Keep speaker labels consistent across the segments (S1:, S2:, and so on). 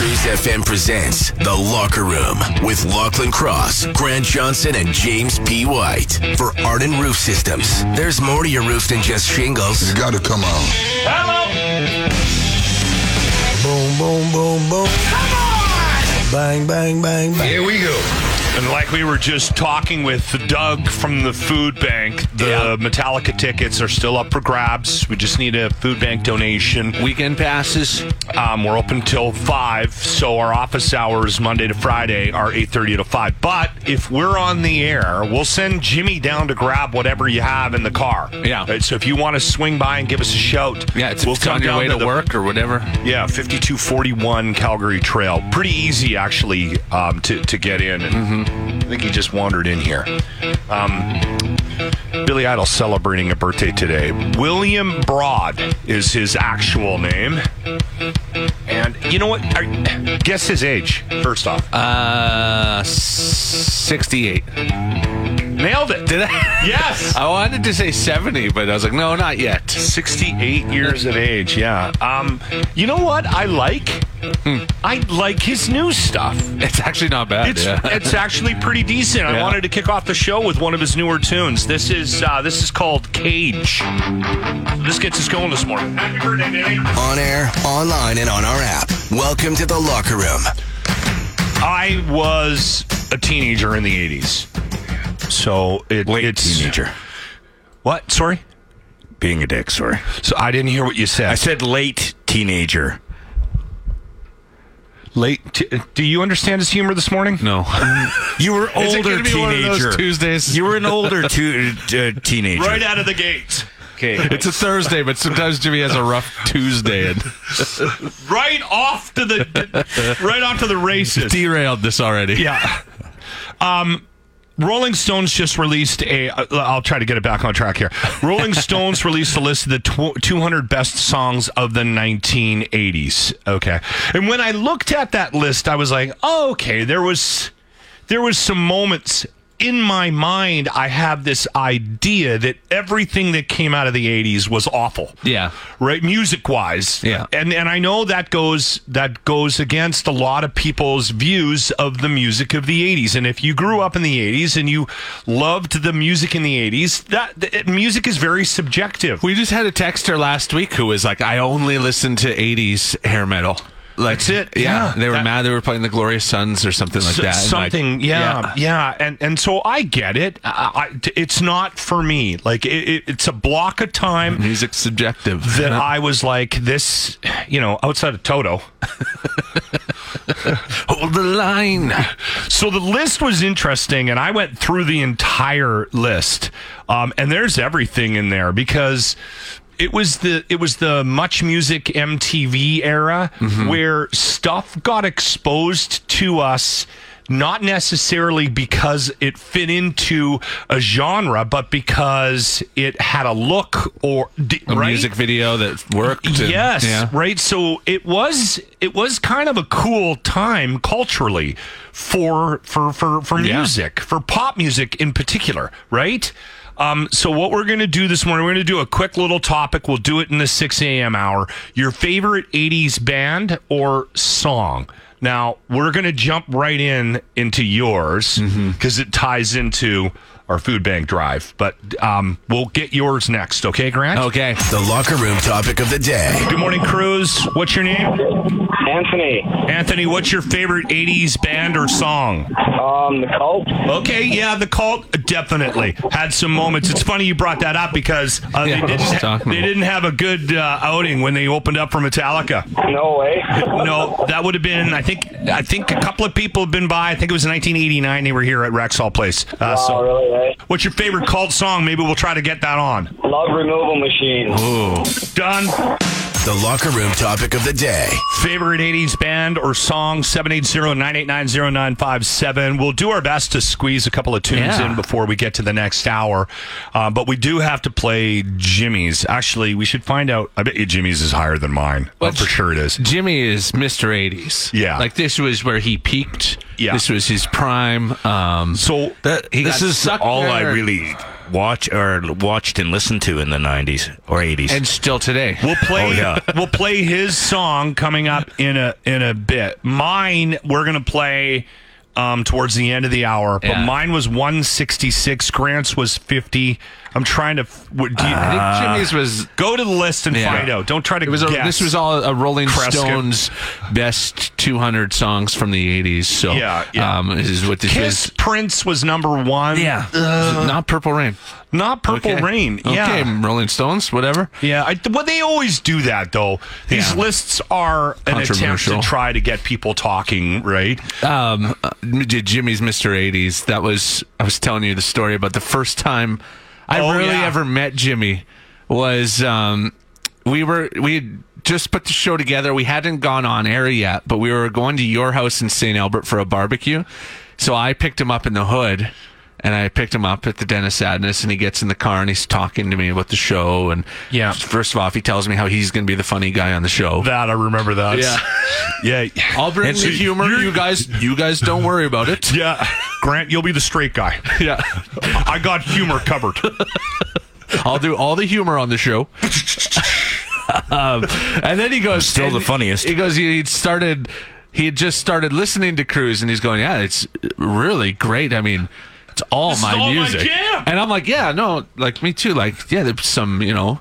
S1: News FM presents The Locker Room with Lachlan Cross, Grant Johnson, and James P. White. For Arden Roof Systems, there's more to your roof than just shingles.
S2: You gotta come on.
S3: Boom, boom, boom, boom. Bang, bang, bang, bang.
S2: Here we go.
S4: And like we were just talking with Doug from the food bank, the Metallica tickets are still up for grabs. We just need a food bank donation. Weekend passes. Um, we're open till five, so our office hours Monday to Friday are eight thirty to five. But if we're on the air, we'll send Jimmy down to grab whatever you have in the car.
S5: Yeah.
S4: Right, so if you want to swing by and give us a shout,
S5: Yeah, it's, it's on your way to,
S4: the-
S5: work or whatever.
S4: yeah, 5241 Calgary Trail. Pretty easy, actually, um, to, to get in. I think he just wandered in here. Um, Billy Idol celebrating a birthday today. William Broad is his actual name. And you know what? I, guess his age, first off.
S5: Uh, 68.
S4: Nailed it.
S5: Did I? Uh,
S4: Yes.
S5: Oh, I wanted to say 70, but I was like, no, not yet.
S4: 68 years of age, yeah. Um, you know what I like?
S5: Hmm.
S4: I like his new stuff.
S5: It's actually not bad.
S4: It's
S5: yeah.
S4: it's actually pretty decent. I
S5: Yeah.
S4: wanted to kick off the show with one of his newer tunes. This is uh, this is called Cage. This gets us going this morning. Happy birthday, Danny.
S1: On air, online, and on our app. Welcome to The Locker Room.
S4: I was a teenager in the '80s, so it, it's
S6: teenager.
S4: What? Sorry.
S6: Being a dick, sorry.
S4: So I didn't hear what you said.
S6: I said late teenager.
S4: late. T- do you understand his humor this morning?
S5: no.
S6: You were older
S5: Is it gonna be
S6: teenager.
S5: one of those Tuesdays?
S6: You were an older tu- uh, teenager.
S4: Right out of the gate.
S6: Okay.
S5: It's a Thursday, but sometimes Jimmy has a rough Tuesday and
S4: Right off to the. right off to the races.
S5: derailed this already.
S4: Yeah. Um, Rolling Stones just released a. uh, I'll try to get it back on track here. Rolling Stones released a list of the tw- 200 best songs of the 1980s. Okay, and when I looked at that list, I was like, oh, okay, there was, there was some moments in my mind. I have this idea that everything that came out of the 80s was awful
S5: Yeah.
S4: right music wise
S5: Yeah.
S4: and and i know that goes that goes against a lot of people's views of the music of the 80s and if you grew up in the 80s and you loved the music in the 80s that, that music is very subjective
S5: We just had a texter last week who was like, I only listen to 80s hair metal. Like,
S4: That's it.
S5: Yeah.
S4: Yeah.
S5: They were
S4: That-
S5: mad they were playing the Glorious Sons or something like
S4: S-
S5: that. and like-
S4: something yeah, yeah and and so i get it I, I- it's not for me like it, it, it's a block of time
S5: Music's subjective.
S4: that I was like this, you know, outside of Toto.
S5: Hold the line.
S4: So the list was interesting, and I went through the entire list, um, and there's everything in there because it was the it was the Much Music MTV era
S5: Mm-hmm.
S4: where stuff got exposed to us. Not necessarily because it fit into a genre, but because it had a look or d-
S5: A
S4: right?
S5: music video that worked. and-
S4: Yes,
S5: yeah.
S4: right. So it was it was kind of a cool time culturally for for for for
S5: Yeah.
S4: music, for pop music in particular, right? Um, so what we're gonna do this morning, we're gonna do a quick little topic. We'll do it in the six a.m. hour. Your favorite '80s band or song. Now we're gonna jump right in into yours
S5: Mm-hmm.
S4: because it ties into our food bank drive. But um, we'll get yours next, okay, Grant?
S5: Okay.
S1: The Locker Room topic of the day.
S4: Good morning, Cruz. What's your name?
S7: Anthony,
S4: Anthony, what's your favorite 80s band or song?
S7: um, the cult.
S4: Okay, yeah, The Cult definitely had some moments. It's funny you brought that up because uh,
S5: Yeah,
S4: they, didn't
S5: just
S4: ha-
S5: talking
S4: they
S5: about-
S4: didn't have a good uh, outing when they opened up for Metallica.
S7: No way.
S4: No, that would have been, I think, I think a couple of people have been by. I think it was 1989. They were here at Rexall Place. Uh,
S7: Oh,
S4: so,
S7: really? Eh?
S4: what's your favorite Cult song? Maybe we'll try to get that on.
S7: Love removal machine.
S4: Done.
S1: The Locker Room topic of the day.
S4: favorite 80s band or song 780-989-0957 we'll do our best to squeeze a couple of tunes
S5: Yeah.
S4: in before we get to the next hour uh, but we do have to play jimmy's actually we should find out i bet you jimmy's is higher than mine
S5: Well,
S4: I'm for sure it is
S5: Jimmy is Mr. 80s.
S4: Yeah.
S5: Like this was where he peaked.
S4: Yeah.
S5: This was his prime. Um,
S4: so
S5: he
S6: this
S5: got
S6: is
S5: sucked
S6: all I
S5: there.
S6: really watch or watched and listened to in the 90s or 80s.
S5: and still today.
S4: We'll play.
S6: Oh, yeah.
S4: We'll play his song coming up in a in a bit. Mine, we're gonna play um, towards the end of the hour. But
S5: Yeah.
S4: mine was 166. Grant's was 50. I'm trying to. f- What, do you,
S5: I think Jimmy's was.
S4: go to the list and
S5: Yeah.
S4: find out. Don't try to.
S5: It was a,
S4: guess.
S5: this was all a Rolling
S4: Prescott.
S5: Stones best 200 songs from the 80s. So
S4: Yeah, yeah.
S5: Um, this is what this
S4: Kiss
S5: is.
S4: Prince was number one.
S5: Yeah, not Purple Rain.
S4: not Purple
S5: Okay.
S4: Rain. Yeah.
S5: okay, Rolling Stones, whatever.
S4: Yeah, I, well, they always do that though. These
S5: Yeah.
S4: lists are an attempt to
S5: Controversial.
S4: try to get people talking, right?
S5: um, uh, Jimmy's Mr. 80s. That was I was telling you the story about the first time I
S4: Oh,
S5: really
S4: yeah.
S5: ever met Jimmy was um, we were we had just put the show together. We hadn't gone on air yet, but we were going to your house in St. Albert for a barbecue. So I picked him up in the hood. And I picked him up at the Dennis Adness, and he gets in the car and he's talking to me about the show. And
S4: Yeah.
S5: first off, he tells me how he's going to be the funny guy on the show.
S4: That I remember that.
S5: Yeah.
S4: yeah,
S5: I'll bring
S4: And
S5: the
S4: so
S5: humor. You guys, you guys don't worry about it.
S4: yeah. Grant, you'll be the straight guy.
S5: yeah.
S4: I got humor covered.
S5: I'll do all the humor on the show. um, and then he goes,
S6: still
S5: and
S6: the funniest.
S5: He goes, he he'd started, he had just started listening to Cruise, and he's going, yeah, it's really great. I mean, it's all my
S4: all my
S5: music,
S4: jam.
S5: and I'm like, yeah, no, like me too. Like, yeah, there's some, you know.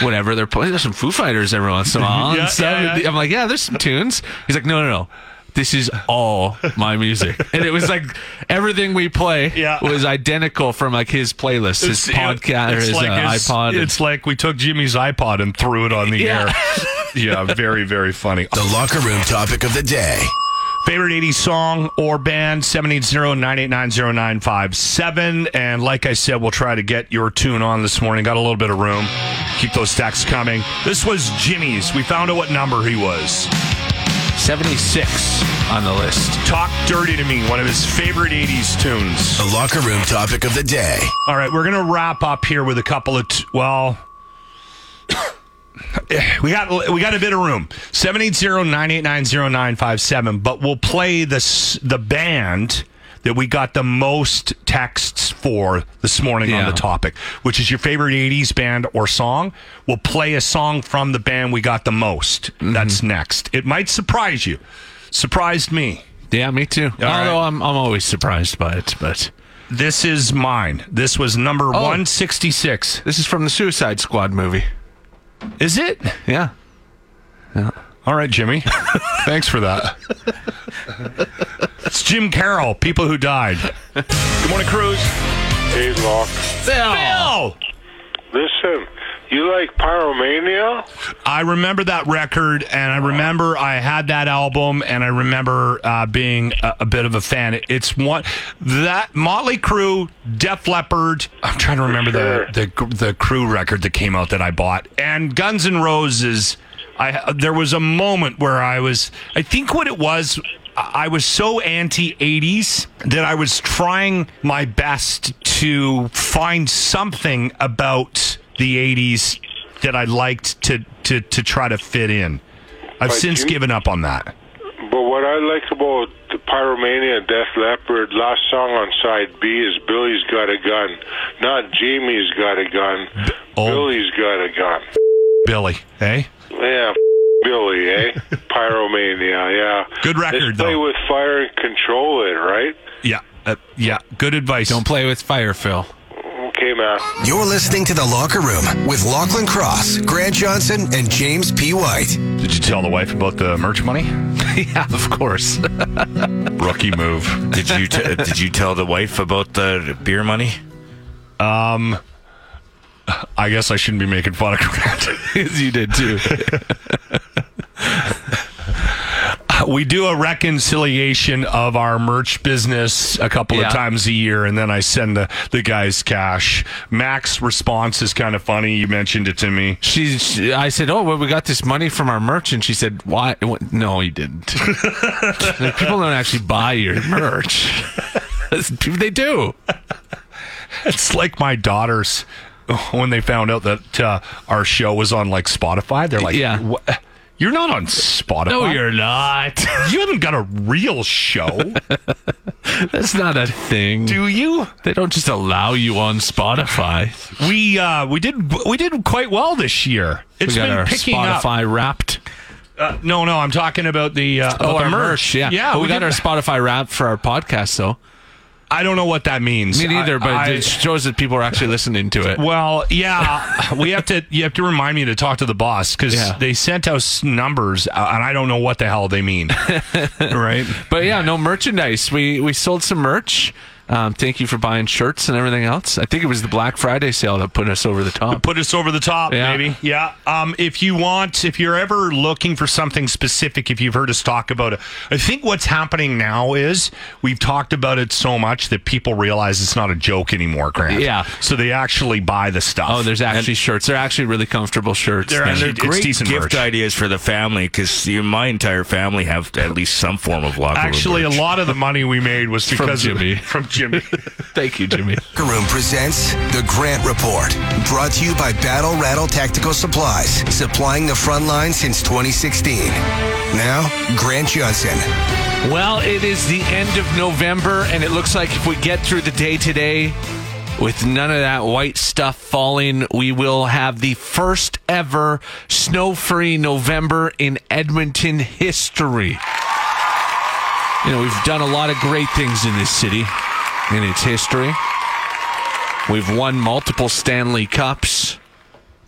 S5: Whatever they're playing, there's some Foo Fighters every once in a while. and
S4: Yeah,
S5: stuff.
S4: yeah, yeah.
S5: I'm like, yeah, there's some tunes. He's like, no, no, no, this is all my music, and it was like everything we play
S4: Yeah.
S5: was identical from like his playlist, his podcast, or his uh, iPod. and-
S4: It's like we took Jimmy's iPod and threw it on the air. Yeah, very, very funny.
S1: The locker room topic of the day.
S4: Favorite 80s song or band, 780-989-0957. And like I said, we'll try to get your tune on this morning. Got a little bit of room. Keep those stacks coming. This was Jimmy's. We found out what number he was.
S5: 76 on the list.
S4: Talk Dirty to Me, one of his favorite 80s tunes.
S1: The locker room topic of the day.
S4: All right, we're gonna wrap up here with a couple of t- well. We got we got a bit of room 780-989-0957 but we'll play the s- the band that we got the most texts for this morning on
S5: Yeah.
S4: the topic which is your favorite 80s band or song we'll play a song from the band we got the most that's next it might surprise you surprised me
S5: Yeah, me too.
S4: right.
S5: Although I'm, I'm always surprised by it, but
S4: this is mine this was number
S5: Oh.
S4: 166
S5: this is from the Suicide Squad movie.
S4: is it
S5: Yeah.
S4: All right, Jimmy. Thanks for that. it's Jim Carroll, People Who Died. Good morning, Cruz.
S2: Hey, Locke.
S4: Phil!
S2: Listen, you like Pyromania?
S4: I remember that record, and I remember I had that album, and I remember uh, being a, a bit of a fan. It- it's one that Motley Crue, Def Leppard. I'm trying to remember the, the the Crew record that came out that I bought, and Guns N' Roses. I there was a moment where I was. I think what it was. I was so anti 80s that I was trying my best to find something about the 80s that I liked to to to try to fit in. I've since
S2: you-
S4: given up on that.
S2: But what I like about the Pyromania, Death Leopard, last song on side B is Billy's Got a Gun. Not Jamie's Got a Gun.
S4: oh.
S2: Billy's Got a Gun.
S4: Billy, eh?
S2: Yeah, f- Billy, eh? Pyromania, yeah.
S4: Good record,
S2: They play
S4: though.
S2: with fire and control it, right?
S4: Yeah, uh, yeah. Good advice.
S5: Don't play with fire, Phil.
S2: Okay, man.
S1: You're listening to The Locker Room with Lachlan Cross, Grant Johnson, and James P. White.
S4: Did you tell the wife about the merch money?
S5: yeah, of course.
S4: Rookie move.
S6: did you t- uh, did you tell the wife about the beer money?
S4: I guess I shouldn't be making fun of Grant.
S5: you did too.
S4: we do a reconciliation of our merch business a couple
S5: Yeah.
S4: of times a year, and then I send the, the guys cash. Mac's response is kind of funny. You mentioned it to me.
S5: She, she, I said, "Oh, well, we got this money from our merch," and she said, "Why? What? No, you didn't. Like, People don't actually buy your merch. they do.
S4: It's like my daughters when they found out that uh, our show was on like Spotify. They're like,
S5: Yeah.
S4: "What? You're not on Spotify.
S5: No, you're not.
S4: You haven't got a real show,
S5: That's not a thing.
S4: do you?
S5: They don't just allow you on Spotify.
S4: We uh, we did we did quite well this year. It's
S5: we got
S4: been
S5: our
S4: picking up.
S5: Spotify wrapped.
S4: Uh, no, no, I'm talking about the uh, about
S5: Oh,
S4: the
S5: our merch. Yeah,
S4: yeah.
S5: But we, got
S4: did-
S5: our Spotify wrapped for our podcast, though.
S4: I don't know what that means.
S5: Me neither,
S4: I-
S5: but
S4: I-
S5: it shows that people are actually listening to it.
S4: Well, yeah, we have to. You have to remind me to talk to the boss because
S5: Yeah.
S4: they sent us numbers, uh, and I don't know what the hell they mean. right?
S5: But yeah, no merchandise. We we sold some merch. Um, thank you for buying shirts and everything else. I think it was the Black Friday sale that put us over the top.
S4: Put us over the top,
S5: Yeah.
S4: maybe. Yeah. Um, if you want, if you're ever looking for something specific, if you've heard us talk about it, I think what's happening now is we've talked about it so much that people realize it's not a joke anymore, Grant.
S5: Yeah.
S4: So they actually buy the stuff.
S5: Oh, there's actually shirts. They're actually really comfortable shirts.
S4: They're-
S5: now.
S4: and they're- it's
S6: Great
S4: decent
S6: gift
S4: merch.
S6: ideas for the family because my entire family have at least some form of locker room
S4: Actually, a
S6: merch.
S4: lot of the money we made was
S5: From
S4: because
S5: Jimmy.
S4: Of, from Jimmy.
S5: Thank you, Jimmy.
S1: Locker Room presents The Grant Report, brought to you by Battle Rattle Tactical Supplies, supplying the front line since 2016. Now, Grant Johnson.
S5: Well, it is the end of November, and it looks like if we get through the day today with none of that white stuff falling, we will have the first ever snow free November in Edmonton history. You know, we've done a lot of great things in this city in its history. We've won multiple Stanley Cups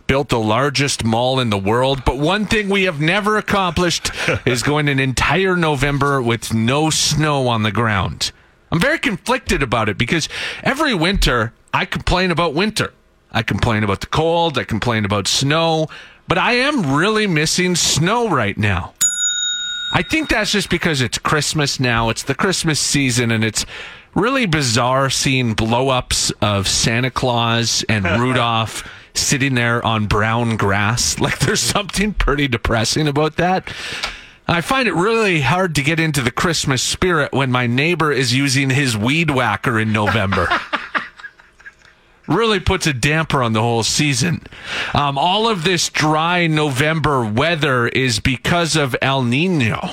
S5: built the largest mall in the world. But one thing we have never accomplished is going an entire November with no snow on the ground. I'm very conflicted about it because every winter I complain about winter. I complain about the cold, I complain about snow, but I am really missing snow right now. I think that's just because it's Christmas now. It's the Christmas season, and it's really bizarre seeing blow ups of Santa Claus and Rudolph sitting there on brown grass. Like, there's something pretty depressing about that. I find it really hard to get into the Christmas spirit when my neighbor is using his weed whacker in November really puts a damper on the whole season. Um, all of this dry November weather is because of El Nino.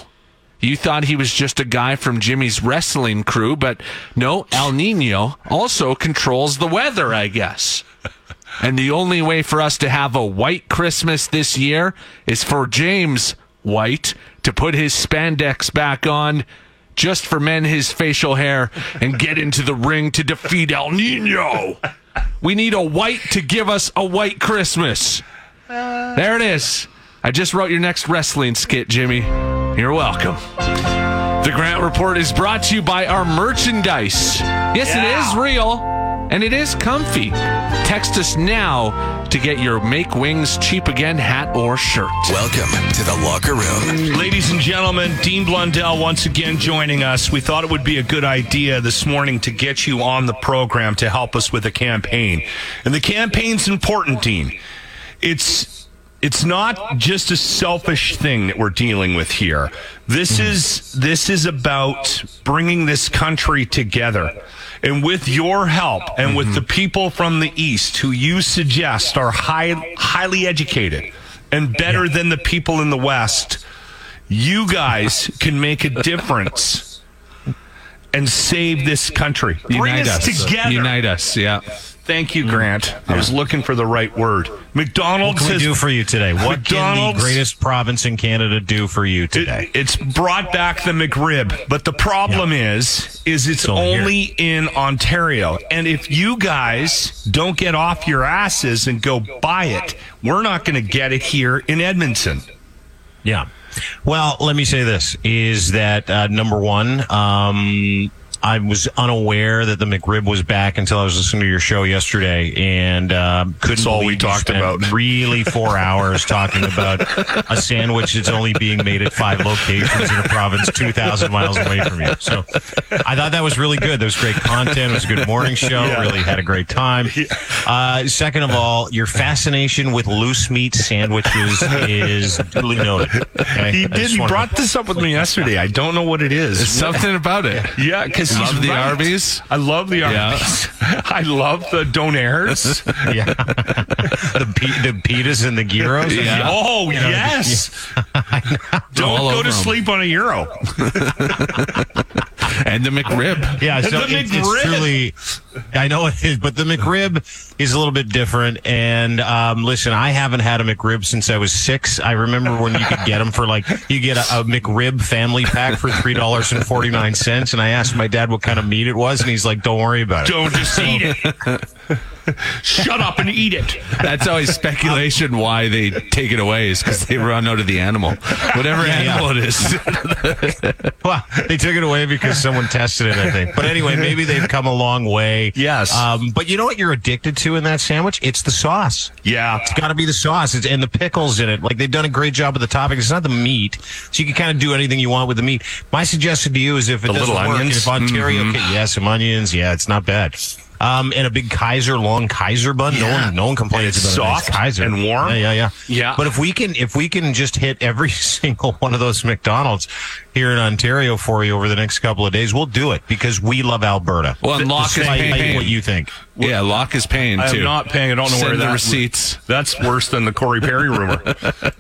S5: You thought he was just a guy from Jimmy's wrestling crew, but no, El Nino also controls the weather, I guess. And the only way for us to have a white Christmas this year is for James White to put his spandex back on just for men his facial hair and get into the ring to defeat El Nino. We need a white to give us a white Christmas. There it is. I just wrote your next wrestling skit, Jimmy. You're welcome. The Grant Report is brought to you by our merchandise. Yes, it is real and it is comfy. Text us now to get your Make Wings Cheap Again hat or shirt.
S1: Welcome to The Locker Room.
S4: Ladies and gentlemen, Dean Blundell once again joining us. We thought it would be a good idea this morning to get you on the program to help us with a campaign. And the campaign's important, Dean. It's it's not just a selfish thing that we're dealing with here. This
S8: Mm-hmm.
S4: is this is about bringing this country together. And with your help and
S8: Mm-hmm.
S4: with the people from the east who you suggest are high, highly educated and better than the people in the west, you guys can make a difference and save this country. Bring
S5: Unite
S4: us, together.
S5: Unite us, yeah.
S4: Thank you, Grant. I was looking for the right word. McDonald's
S8: What can we
S4: has-
S8: do for you today? What can
S4: McDonald's-
S8: the greatest province in Canada do for you
S4: It-
S8: today?
S4: it's brought back the McRib, but the problem is, is it's
S8: It's only
S4: only in Ontario. And if you guys don't get off your asses and go buy it, we're not going to get it here in Edmonton.
S8: yeah. Well, let me say this: is that uh, number one? Um, I was unaware that the McRib was back until I was listening to your show yesterday, and um, couldn't.
S4: That's all we
S8: believe you
S4: talked
S8: spent
S4: about.
S8: Really, four hours talking about a sandwich that's only being made at five locations in a province two thousand miles away from you. So, I thought that was really good. That was great content. It was a good morning show. Really had a great time. Uh, second of all, your fascination with loose meat sandwiches is duly noted. Okay?
S4: He
S8: I
S4: did.
S8: just
S4: He
S8: wanted to-
S4: brought this up with me yesterday. I don't know what it is.
S5: Something about it.
S4: Yeah, because guess he's
S5: Love the
S4: right.
S5: Arby's?
S4: I love the Arby's. I love the Donaires.
S8: Yeah. the, pi- the pitas and the gyros.
S5: Yeah.
S4: Oh yes! Don't
S5: All
S4: go
S5: over
S4: to
S5: 'em.
S4: sleep on a euro.
S5: and the McRib.
S8: Yeah, so
S4: The
S8: it's,
S4: McRib.
S8: it's truly. I know it is, but the McRib is a little bit different. And um, listen, I haven't had a McRib since I was six. I remember when you could get them for like you get a, a McRib family pack for three dollars and forty nine cents. And I asked my dad what kind of meat it was, and he's like, "Don't worry about it."
S4: Don't just eat it. Shut up and eat it.
S5: That's always speculation why they take it away is because they run out of the animal, whatever
S8: yeah.
S5: animal it is.
S8: Well, they took it away because someone tested it, I think. But anyway, maybe they've come a long way.
S4: Yes.
S8: Um, but you know what you're addicted to in that sandwich? It's the sauce.
S4: Yeah.
S8: It's got to be the sauce it's, and the pickles in it. Like they've done a great job with the toppings. It's not the meat, so you can kind of do anything you want with the meat. My suggestion to you is if it
S4: The
S8: doesn't
S4: little
S8: work,
S4: onions? Mm-hmm.
S8: if Ontario, can, yeah, some onions, yeah, it's not bad. Um, and a big Kaiser, long Kaiser bun. No one, no one
S4: And
S8: complains
S4: it's
S8: about a nice
S4: soft
S8: Kaiser
S4: and warm.
S8: Yeah, yeah, yeah,
S4: Yeah.
S8: But if we can, if we can just hit every single one of those McDonald's here in Ontario for you over the next couple of days, we'll do it because we love Alberta.
S5: Well, and Lock is
S8: Despite
S5: paying.
S8: what you think.
S5: yeah, Locke is paying
S4: I
S5: too.
S4: am not paying. I don't know
S5: Send
S4: where
S5: the
S4: that
S5: receipts.
S4: That's worse than the Corey Perry rumor.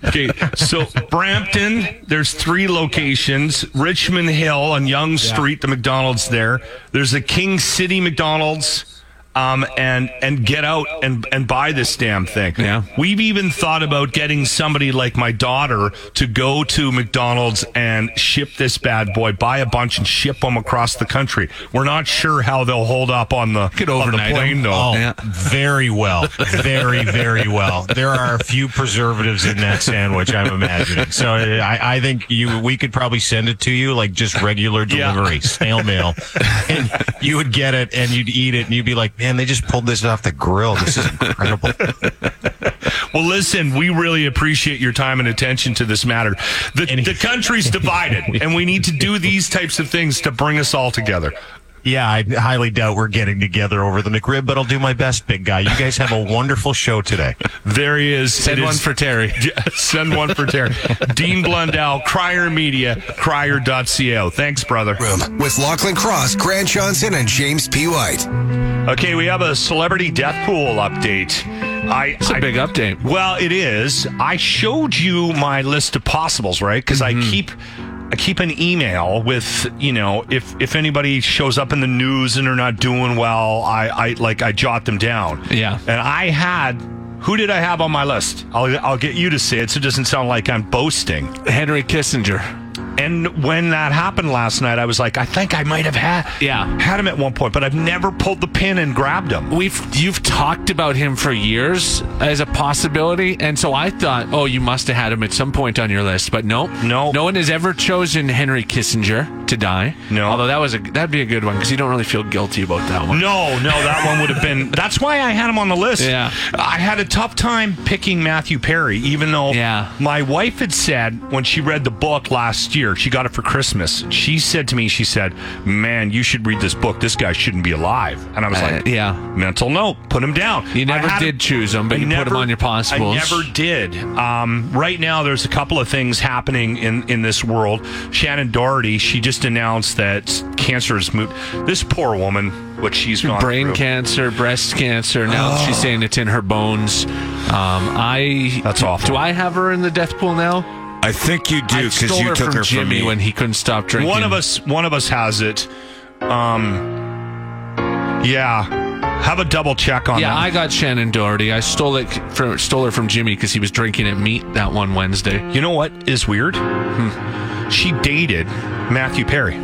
S4: okay, so Brampton, there's three locations: Richmond Hill on Young Street, the McDonald's there. There's a King City McDonald's. Um, and and get out and and buy this damn thing.
S5: Yeah.
S4: we've even thought about getting somebody like my daughter to go to McDonald's and ship this bad boy, buy a bunch and ship them across the country. We're not sure how they'll hold up on the,
S5: Could
S4: on the
S5: overnight 'em.
S4: plane though.
S8: Oh,
S5: Yeah.
S8: very well. Very, very well. There are a few preservatives in that sandwich, I'm imagining. So I, I think you we could probably send it to you like just regular
S4: Yeah.
S8: delivery, snail mail. And you would get it and you'd eat it and you'd be like, man, they just pulled this off the grill. This is incredible.
S4: Well, listen, we really appreciate your time and attention to this matter. The, the country's divided, and we need to do these types of things to bring us all together.
S8: Yeah, I highly doubt we're getting together over the McRib, but I'll do my best, big guy. You guys have a wonderful show today.
S4: There he is.
S5: Send
S4: It
S5: one
S4: is-
S5: for Terry.
S4: Yeah, send one for Terry. Dean Blundell, Crier Media, Crier.co. Thanks, brother.
S1: Room with Lachlan Cross, Grant Johnson, and James P. White.
S4: Okay, we have a celebrity death pool update. I,
S5: It's a
S4: I-
S5: big update.
S4: Well, it is. I showed you my list of possibles, right? Because
S5: Mm-hmm.
S4: I keep I keep an email with you know if if anybody shows up in the news and they're not doing well, I I like I jot them down.
S5: Yeah.
S4: And I had who did I have on my list? I'll I'll get you to say it so it doesn't sound like I'm boasting.
S5: Henry Kissinger.
S4: And when that happened last night, I was like, I think I might have had
S5: Yeah.
S4: had him at one point, but I've never pulled the pin and grabbed him.
S5: We've you've talked about him for years as a possibility, and so I thought, oh, you must have had him at some point on your list, but no,
S4: No.
S5: no one has ever chosen Henry Kissinger to die.
S4: No.
S5: although that was a that'd be a good one because you don't really feel guilty about that one.
S4: No, no, that one would have been. That's why I had him on the list.
S5: Yeah.
S4: I had a tough time picking Matthew Perry, even though
S5: Yeah.
S4: my wife had said when she read the book last year, she got it for Christmas. She said to me, she said, "Man, you should read this book. This guy shouldn't be alive." And I was
S5: Uh,
S4: like,
S5: yeah.
S4: mental note. Put him down."
S5: You never
S4: I had
S5: did choose him, but
S4: I
S5: you put him
S4: never-
S5: on your possibles.
S4: I never did. Um, right now, there's a couple of things happening in, in this world. Shannon Doherty, she just announced that cancer is moot. This poor woman, what she's gone
S5: Brain
S4: through.
S5: cancer, breast cancer. Now she's saying it's in her bones. Um, I
S4: That's awful.
S5: Do I have her in the death pool now?
S6: I think you
S5: I
S6: do because
S5: stole
S6: you
S5: her
S6: took
S5: from
S6: her
S5: Jimmy
S6: from me.
S5: when he couldn't stop drinking.
S4: One of us, one of us has it. Um, yeah, have a double check on
S5: Yeah, I
S4: that.
S5: got Shannon Doherty. I stole it from stole her from Jimmy because he was drinking at meat that one Wednesday.
S4: you know what is weird?
S5: Hmm.
S4: She dated Matthew Perry.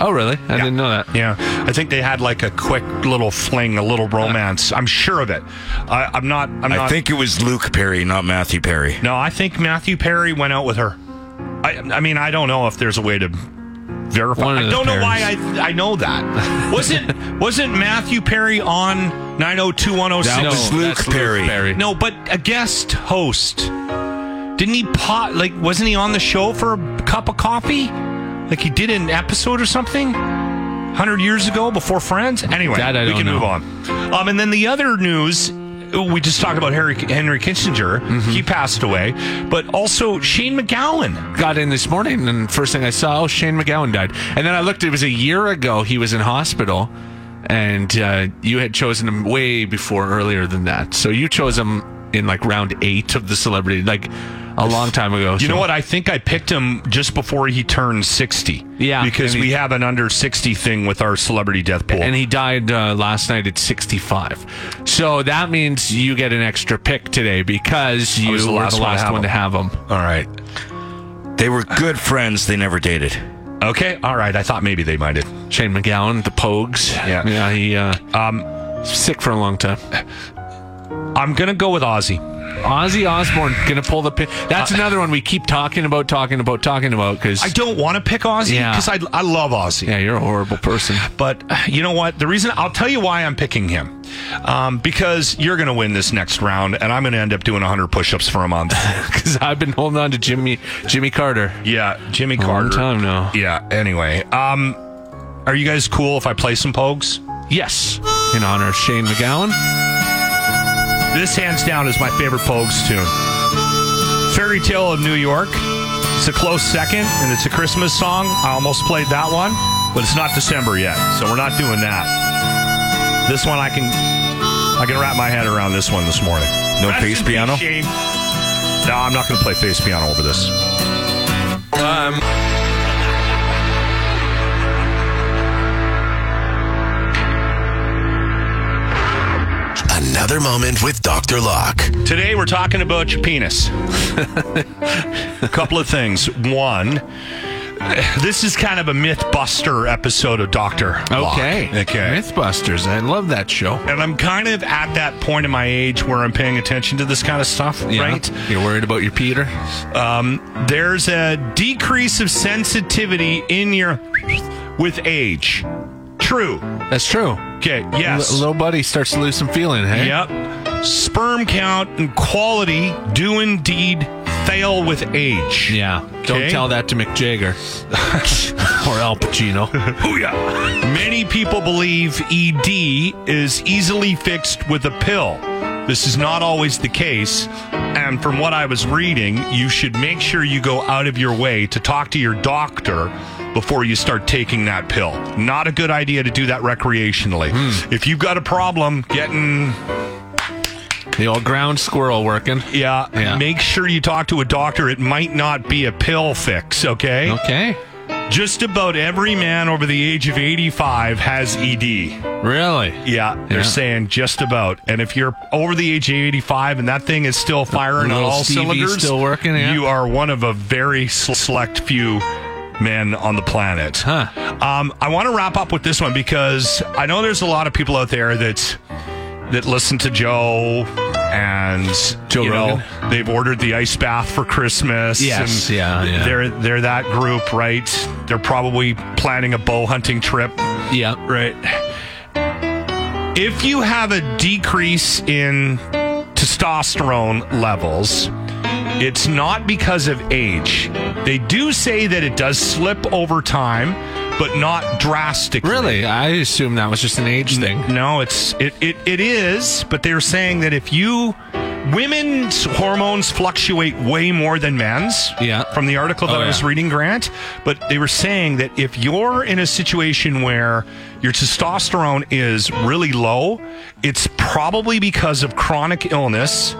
S5: Oh, really? I didn't know that.
S4: Yeah, I think they had like a quick little fling, a little romance.
S5: Uh.
S4: I'm sure of it. I, I'm not. I'm
S6: I
S4: not.
S6: think it was Luke Perry, not Matthew Perry.
S4: No, I think Matthew Perry went out with her. I, I mean, I don't know if there's a way to verify.
S5: One of
S4: I
S5: the
S4: don't know why
S5: Perrys.
S4: I I know that. wasn't wasn't Matthew Perry on 90210?
S5: No,
S6: was Luke
S5: that's
S6: Perry.
S4: No, but a guest host. Didn't he pot like wasn't he on the show for a cup of coffee? Like he did an episode or something? 100 years ago before Friends? Anyway,
S5: That I
S4: we
S5: don't
S4: can
S5: know.
S4: move on. Um and then the other news we just talked about Harry, Henry Kissinger. He passed away, but also Shane McGowan.
S5: got in this morning and first thing I saw, oh, Shane McGowan died. And then I looked, it was a year ago he was in hospital and uh, you had chosen him way before earlier than that. So you chose him in like round eight of the celebrity, like a long time ago.
S4: You know what? I think I picked him just before he turned 60.
S5: Yeah,
S4: Because
S5: and he-
S4: we have an under 60 thing with our celebrity death pool.
S5: And he died uh, last night at 65. So that means you get an extra pick today because you were
S4: was
S5: the last, one, to
S4: have him.
S5: have him.
S4: all right.
S6: They were good friends. They never dated.
S4: Okay. All right. I thought maybe they might have.
S5: Shane McGowan, the Pogues.
S4: Yeah. Um,
S5: Yeah, he uh, sick for a long time.
S4: I'm going to go with Ozzy.
S5: Ozzy Osbourne gonna pull the pin. That's another one we keep talking about, talking about, talking about. Because
S4: I don't want to pick Ozzy
S5: Yeah.
S4: because I, I love Ozzy.
S5: yeah, you're a horrible person.
S4: But uh, you know what? The reason I'll tell you why I'm picking him um, because you're going to win this next round, and I'm going to end up doing 100 push-ups for a month.
S5: Because I've been holding on to Jimmy Jimmy Carter
S4: yeah, Jimmy
S5: a
S4: Carter.
S5: long time now.
S4: Yeah. Anyway, um, are you guys cool if I play some pogues?
S5: Yes, in honor of Shane McGowan.
S4: This hands down is my favorite pogues tune. Fairy Tale of New York. It's a close second, and it's a Christmas song. I almost played that one, but it's not December yet, so we're not doing that. This one I can I can wrap my head around this one this morning.
S6: No
S4: Rest
S6: bass
S4: in peace,
S6: piano?
S4: Shane. No, I'm not going to play face piano over this.
S1: Another moment with Dr. Locke.
S4: Today we're talking about your penis. A couple of things. One, this is kind of a myth buster episode of Doctor. Locke.
S5: Okay,
S4: Okay.
S5: MythBusters. I love that show.
S4: and I'm kind of at that point in my age where I'm paying attention to this kind of stuff,
S5: Yeah.
S4: right?
S5: You're worried about your Peter?
S4: Um, there's a decrease of sensitivity in your with age. True.
S5: That's true.
S4: Okay. Yes.
S5: L- little buddy starts to lose some feeling. Hey.
S4: Yep. Sperm count and quality do indeed fail with age.
S5: Yeah. Don't
S4: Okay.
S5: tell that to Mick Jagger or Al Pacino.
S4: Many people believe ED is easily fixed with a pill. This is not always the case. And from what I was reading, you should make sure you go out of your way to talk to your doctor before you start taking that pill. Not a good idea to do that recreationally. If you've got a problem getting,
S5: the old ground squirrel working.
S4: yeah,
S5: Yeah.
S4: make sure you talk to a doctor. It might not be a pill fix, okay?
S5: Okay.
S4: Just about every man over the age of 85 has E ED.
S5: Really?
S4: Yeah, they're
S5: Yeah.
S4: saying just about. And if you're over the age of 85 and that thing is still firing on
S5: Little
S4: all
S5: Stevie's
S4: cylinders,
S5: still working, yeah.
S4: you are one of a very s- select few men on the planet.
S5: Huh.
S4: Um, I want to wrap up with this one because I know there's a lot of people out there that that listen to Joe and
S5: Joe
S4: you know,
S5: Rogan?
S4: they've ordered the ice bath for Christmas.
S5: Yes,
S4: and
S5: yeah, yeah.
S4: They're they're that group, right? They're probably planning a bow hunting trip
S5: Yeah.
S4: Right. If you have a decrease in testosterone levels, it's not because of age. They do say that it does slip over time, but not drastically.
S5: Really? I assume that was just an age thing.
S4: No, it's it, it, it is, but they're saying that if you women's hormones fluctuate way more than men's.
S5: Yeah.
S4: From the article that
S5: Oh,
S4: I was
S5: yeah.
S4: reading, Grant. But they were saying that if you're in a situation where your testosterone is really low, it's probably because of chronic illness.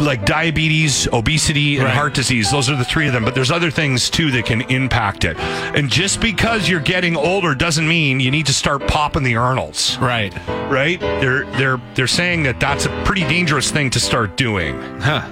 S4: Like diabetes, obesity, and
S5: Right.
S4: heart disease. Those are the three of them, but there's other things too that can impact it. And just because you're getting older doesn't mean you need to start popping the Arnolds
S5: Right.
S4: right? They're they're they're saying that that's a pretty dangerous thing to start doing.
S5: Huh.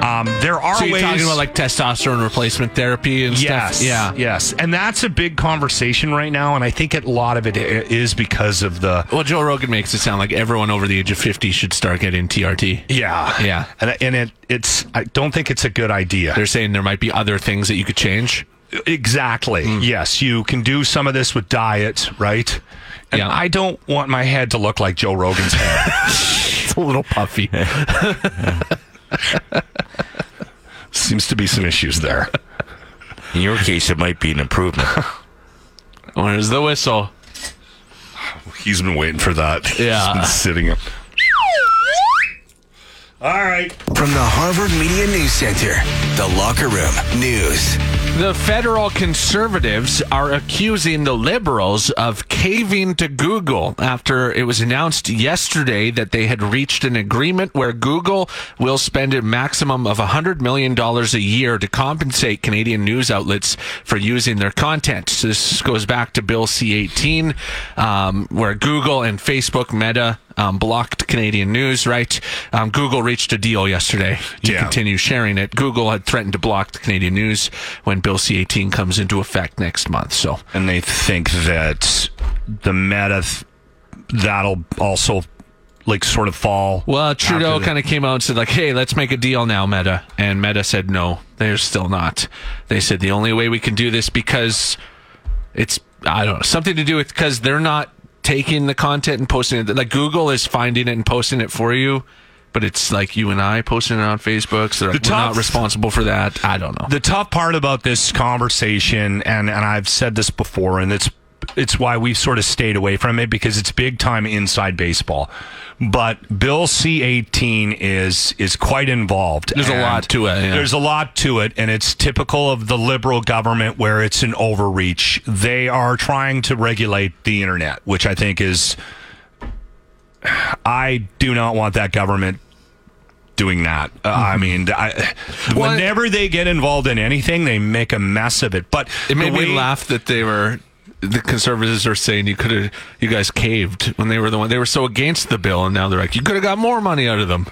S4: Um, there are
S5: So you're
S4: ways.
S5: talking about like testosterone replacement therapy and
S4: yes,
S5: stuff. Yeah.
S4: yes, and that's a big conversation right now, and I think a lot of it i- is because of the
S5: Well, Joe Rogan makes it sound like everyone over the age of 50 should start getting TRT.
S4: yeah,
S5: Yeah.
S4: and and it it's I don't think it's a good idea.
S5: They're saying there might be other things that you could change.
S4: Exactly.
S5: Hmm.
S4: Yes, you can do some of this with diet, right? And
S5: Yeah.
S4: I don't want my head to look like Joe Rogan's head.
S5: It's a little puffy.
S4: Seems to be some issues there.
S6: In your case, it might be an improvement.
S5: Where's the whistle?
S4: He's been waiting for that.
S5: Yeah.
S4: He's been sitting up. All right.
S1: From the Harvard Media News Center, the locker room news.
S5: The federal conservatives are accusing the liberals of caving to Google after it was announced yesterday that they had reached an agreement where Google will spend a maximum of $100 million a year to compensate Canadian news outlets for using their content. So this goes back to Bill C 18, um, where Google and Facebook Meta um, blocked Canadian news, right? Um, Google reached a deal yesterday to
S4: Yeah.
S5: continue sharing it. Google had threatened to block the Canadian news when Bill C 18 comes into effect next month. So,
S4: And they think that the meta, th- that'll also like sort of fall.
S5: well, uh, Trudeau
S4: after the-
S5: kind of came out and said, like, hey, let's make a deal now, Meta. And Meta said, no, they're still not. They said the only way we can do this because it's, I don't know, something to do with because they're not taking the content and posting it. Like, Google is finding it and posting it for you. But it's like you and I posting it on Facebook, so they're like,
S4: The
S5: we're
S4: top-
S5: not responsible for that. I don't know.
S4: the tough part about this conversation and and I've said this before and it's it's why we've sort of stayed away from it because it's big time inside baseball. But Bill C18 is is quite involved.
S5: There's a
S4: and
S5: lot to it, yeah.
S4: There's a lot to it and it's typical of the liberal government where it's an overreach. They are trying to regulate the internet, which I think is I do not want that government doing that. Uh, I
S5: Mm-hmm.
S4: mean, I,
S5: Well,
S4: whenever they get involved in anything, they make a mess of it. But
S5: It made
S4: the way-
S5: me laugh that they were the conservatives are saying you could have you guys caved when they were the one they were so against the bill and now they're like you could have got more money out of them.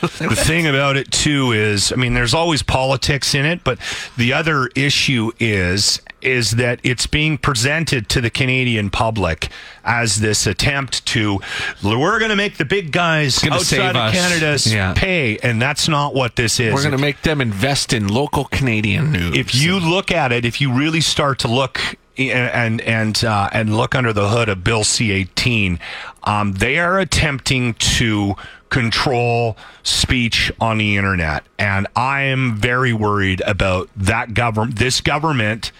S4: The thing about it too is, I mean, there's always politics in it, but the other issue is is that it's being presented to the Canadian public as this attempt to we're going to make the big guys
S5: gonna
S4: outside
S5: save
S4: of
S5: us."
S4: Canada s-
S5: Yeah.
S4: pay, and that's not what this is.
S5: We're going to make them invest in local Canadian news.
S4: if you look at it, if you really start to look i- and and uh, and look under the hood of Bill C eighteen, um, they are attempting to control speech on the internet, and I am very worried about that government. This government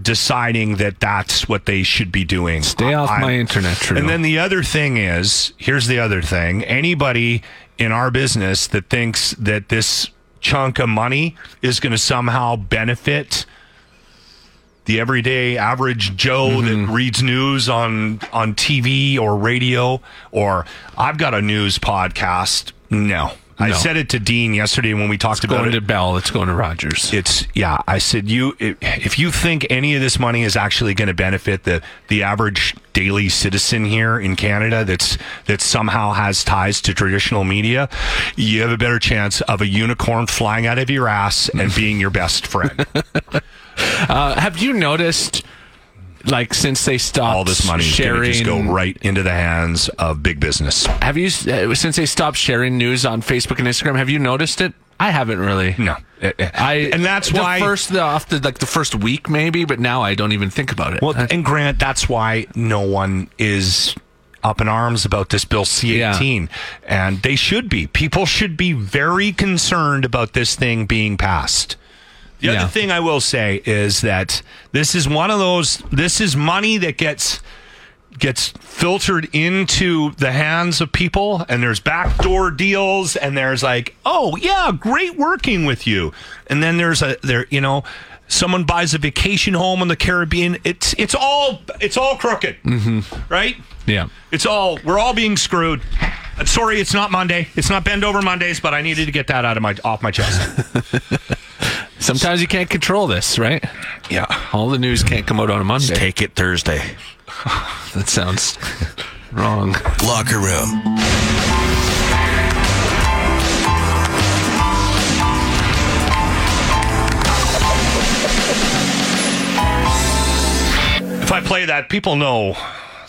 S4: deciding that that's what they should be doing.
S5: Stay off
S4: I'm-
S5: my internet, Trudeau.
S4: And then the other thing is, here's the other thing. Anybody in our business that thinks that this chunk of money is going to somehow benefit the everyday average Joe
S5: Mm-hmm.
S4: that reads news on on TV or radio or I've got a news podcast. No. I
S5: No.
S4: said it to Dean yesterday when we talked about
S5: going
S4: it
S5: to Bell, it's going to Rogers.
S4: it's yeah i said you i- if you think any of this money is actually going to benefit the the average daily citizen here in canada that's that somehow has ties to traditional media you have a better chance of a unicorn flying out of your ass and being your best friend
S5: Uh, have you noticed like since they stopped
S4: all this money is going to
S5: sharing
S4: just go right into the hands of big business
S5: Have you uh, since they stopped sharing news on Facebook and Instagram, have you noticed it? I haven't really.
S4: no Eh,
S5: I
S4: and that's
S5: the
S4: why
S5: first the, off the like the first week maybe, but now I don't even think about it.
S4: Well, and Grant, that's why no one is up in arms about this Bill C
S5: Yeah.
S4: 18. And they should be. People should be very concerned about this thing being passed. The
S5: Yeah.
S4: other thing I will say is that this is one of those, this is money that gets. Gets filtered into the hands of people, and there's backdoor deals, and there's like, oh yeah, great working with you, and then there's a there, you know, someone buys a vacation home in the Caribbean. It's it's all it's all crooked, mm-hmm. right?
S5: yeah.
S4: It's all we're all being screwed. Uh, Sorry, it's not Monday. It's not bend over Mondays, but I needed to get that out of my off my chest.
S5: Sometimes you can't control this, right?
S4: yeah.
S5: All the news can't come out on a Monday.
S6: Take it Thursday.
S5: That sounds wrong.
S1: Locker room.
S4: If I play that, people know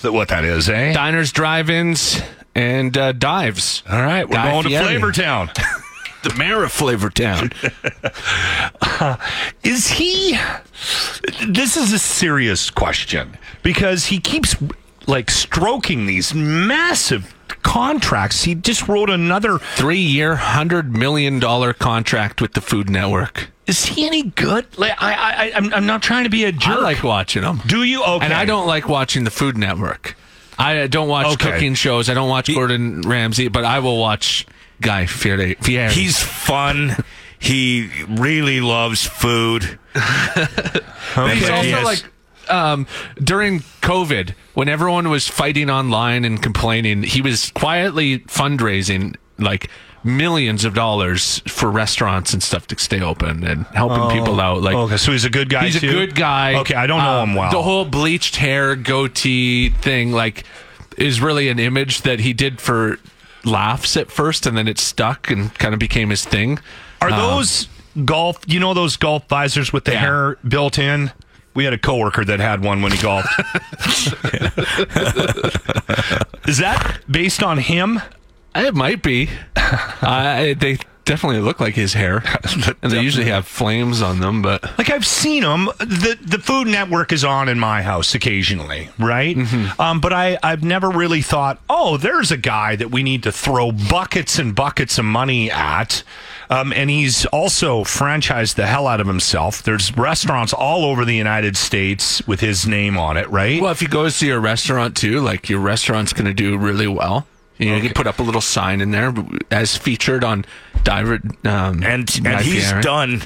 S4: that what that is, eh?
S5: Diners, drive-ins, and uh, dives.
S4: All right, we're
S5: Guy
S4: going to
S5: Fieri.
S4: Flavor Town.
S5: The mayor of Flavortown.
S4: Is he? This is a serious question because he keeps like stroking these massive contracts. He just wrote another.
S5: Three-year, hundred million dollar contract with the Food Network.
S4: Is he any good? Like, I, I, I- I'm, I'm not trying to be a jerk.
S5: I like watching them.
S4: Do you? Okay.
S5: And I don't like watching the Food Network. I uh, don't watch
S4: Okay.
S5: cooking shows. I don't watch Gordon Ramsay, but I will watch Guy Fieri. Fieri.
S6: He's fun. He really loves food.
S5: He's also
S6: Yes.
S5: like um, during COVID, when everyone was fighting online and complaining, he was quietly fundraising like millions of dollars for restaurants and stuff to stay open and helping people out. Like
S4: Oh, okay, so he's a good guy.
S5: he's a
S4: too?
S5: good guy.
S4: Okay, I don't know
S5: Um,
S4: him well.
S5: The whole bleached hair, goatee thing, like, is really an image that he did for laughs at first, and then it stuck and kind of became his thing.
S4: Are
S5: Um,
S4: those golf? You know those golf visors with the
S5: Yeah.
S4: hair built in. We had a coworker that had one when he golfed. Is that based on him?
S5: It might be. I they definitely look like his hair, and they usually have flames on them. But
S4: Like I've seen them. the The Food Network is on in my house occasionally, right?
S6: Mm-hmm.
S4: Um, but I I've never really thought, oh, there's a guy that we need to throw buckets and buckets of money at. Um, and he's also franchised the hell out of himself. There's restaurants all over the United States with his name on it, right?
S5: well, if he goes to your restaurant too, like your restaurant's going to do really well. You know, you put up a little sign in there as featured on Diver. Um,
S6: And and
S5: Guy
S6: he's
S5: Fieri.
S6: done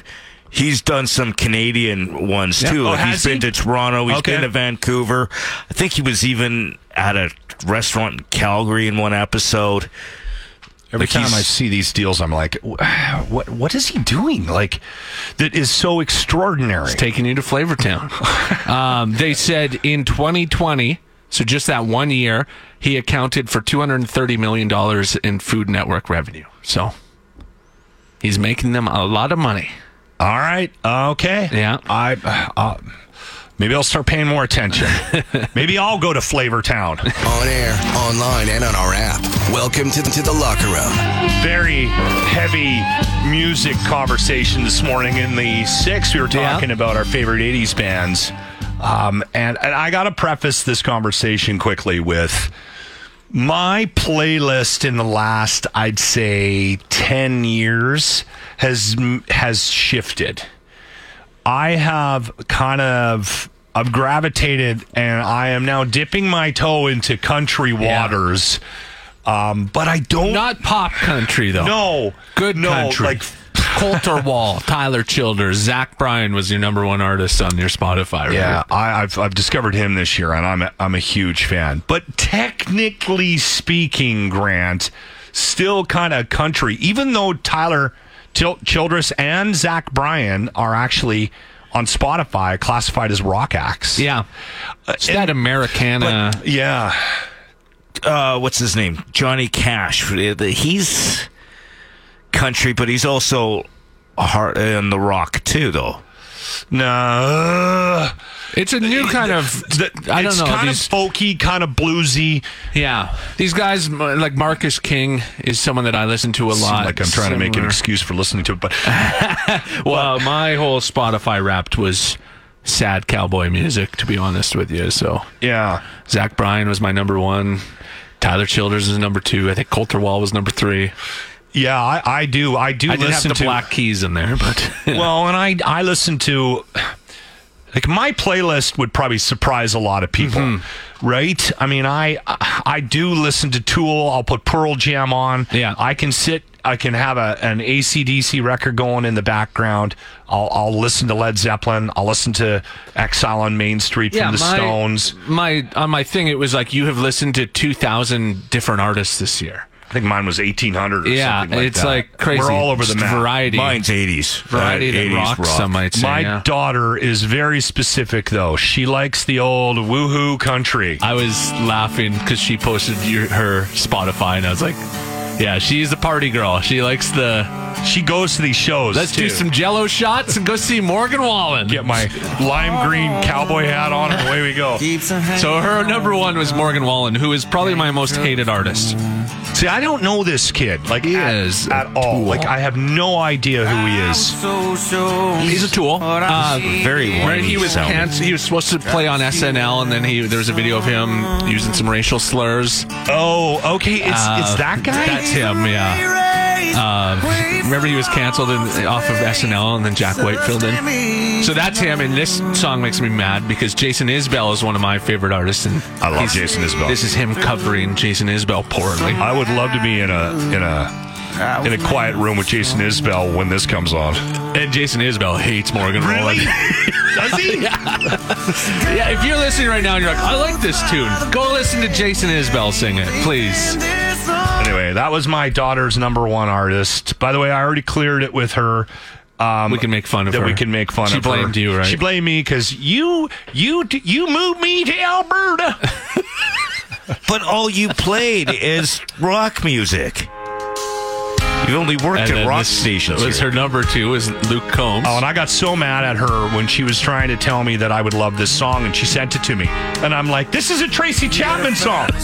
S6: he's done some Canadian ones
S5: Yeah.
S6: too.
S5: Oh,
S6: Like
S5: has
S6: he's been
S5: he?
S6: to Toronto, He's
S4: Okay.
S6: been to Vancouver. I think he was even at a restaurant in Calgary in one episode.
S4: Every
S6: Like,
S4: time
S6: he's-
S4: I see these deals, I'm like, what what is he doing? Like that is so extraordinary.
S5: It's taking you to Flavortown. um, they said in 2020, so just that one year, he accounted for 230 million dollars in Food Network revenue. So he's making them a lot of money.
S4: All right. Okay.
S5: Yeah.
S4: I uh, maybe I'll start paying more attention. maybe I'll go to Flavor Town.
S1: On air, online, and on our app. Welcome to, to the locker room.
S4: Very heavy music conversation this morning in the six. We were
S5: Yeah.
S4: talking about our favorite '80s bands, um, and and I got to preface this conversation quickly with. My playlist in the last, I'd say, ten years has has shifted. I have kind of I've gravitated and I am now dipping my toe into country waters. Um, but I don't
S5: Not pop country though.
S4: know.
S5: good
S4: no,
S5: country.
S4: Like
S5: Coulter Wall, Tyler Childers, Zach Bryan was your number one artist on your Spotify. Right?
S4: yeah, I, I've I've discovered him this year, and I'm a, I'm a huge fan. But technically speaking, Grant, still kind of country, even though Tyler Til- Childress and Zach Bryan are actually on Spotify classified as rock acts.
S5: yeah.
S4: Uh,
S5: It's that Americana.
S4: Yeah.
S6: uh, what's his name? Johnny Cash. Uh, the- He's country, but he's also hard uh, in the rock too, though.
S4: No.
S5: it's a new kind of. I don't
S4: it's
S5: know.
S4: kind
S5: these-
S4: of folky, kind of bluesy.
S5: Yeah, these guys m- like Marcus King is someone that I listen to a lot.
S4: like I'm trying to make an excuse for listening to it, but
S5: Similar- Well, my whole Spotify Wrapped was sad cowboy music, to be honest with you. So
S4: yeah.
S5: Zach Bryan was my number one. Tyler Childers is number two. I think Coulter Wall was number three.
S4: Yeah, I, I do. I do
S5: I did have
S4: listen
S5: the
S4: to
S5: Black Keys in there, but
S4: well, and I I listen to like my playlist would probably surprise a lot of people,
S5: Mm-hmm.
S4: right? I mean, I I do listen to Tool. I'll put Pearl Jam on.
S5: Yeah.
S4: I can sit. I can have a an ACDC record going in the background. I'll I'll listen to Led Zeppelin. I'll listen to Exile on Main Street from the Stones.
S5: My on my thing, it was like you have listened to two thousand different artists this year.
S4: I think mine was eighteen hundred. or
S5: Yeah,
S4: something like
S5: it's
S4: that.
S5: like crazy.
S4: We're all over the
S5: Just
S4: map.
S5: Variety,
S6: Mine's eighties.
S5: variety that rocks. Some might say.
S4: My
S5: yeah.
S4: daughter is very specific, though. She likes the old woohoo country.
S5: I was laughing because she posted your, her Spotify, and I was like, "Yeah, she's a party girl. She likes the
S4: She goes to these shows.
S5: let's
S4: too.
S5: do some Jello shots and go see Morgan Wallen."
S4: Get my lime green cowboy hat on, and away we go.
S5: so her number one was Morgan Wallen, who is probably my most hated artist.
S4: See, I don't know this kid like
S5: He
S4: at,
S5: is
S4: at all. Like I have no idea who he is.
S5: He's a tool. Uh,
S6: Very
S5: right,
S6: whiny
S5: he was
S6: sounding.
S5: canc- He was supposed to play on SNL, and then he there was a video of him using some racial slurs.
S4: Oh, okay, it's it's
S5: Uh,
S4: that guy.
S5: That's him. Yeah. Uh, remember, he was canceled in, off of SNL, and then Jack White filled in. So that's him, and this song makes me mad because Jason Isbell is one of my favorite artists, and
S4: I love
S5: he's-
S4: Jason Isbell.
S5: This is him covering Jason Isbell poorly.
S4: I would love to be in a in a in a quiet room with Jason Isbell when this comes on.
S5: And Jason Isbell hates Morgan Wallen.
S4: Does he?
S5: yeah, if you're listening right now and you're like, I like this tune, go listen to Jason Isbell sing it, please.
S4: Anyway, that was my daughter's number one artist. By the way, I already cleared it with her. Um,
S5: We can make fun of
S4: that
S5: her.
S4: we can make fun
S5: She
S4: of her.
S5: blamed you, right?
S4: She blamed me because you you d- you moved me to Alberta.
S6: But all you played is rock music. You only worked at
S5: then
S6: rock
S5: this
S6: stations.
S5: Was
S6: here.
S5: her number two was Luke Combs.
S4: Oh, and I got so mad at her when she was trying to tell me that I would love this song, and she sent it to me, and I'm like, "This is a Tracy Chapman song.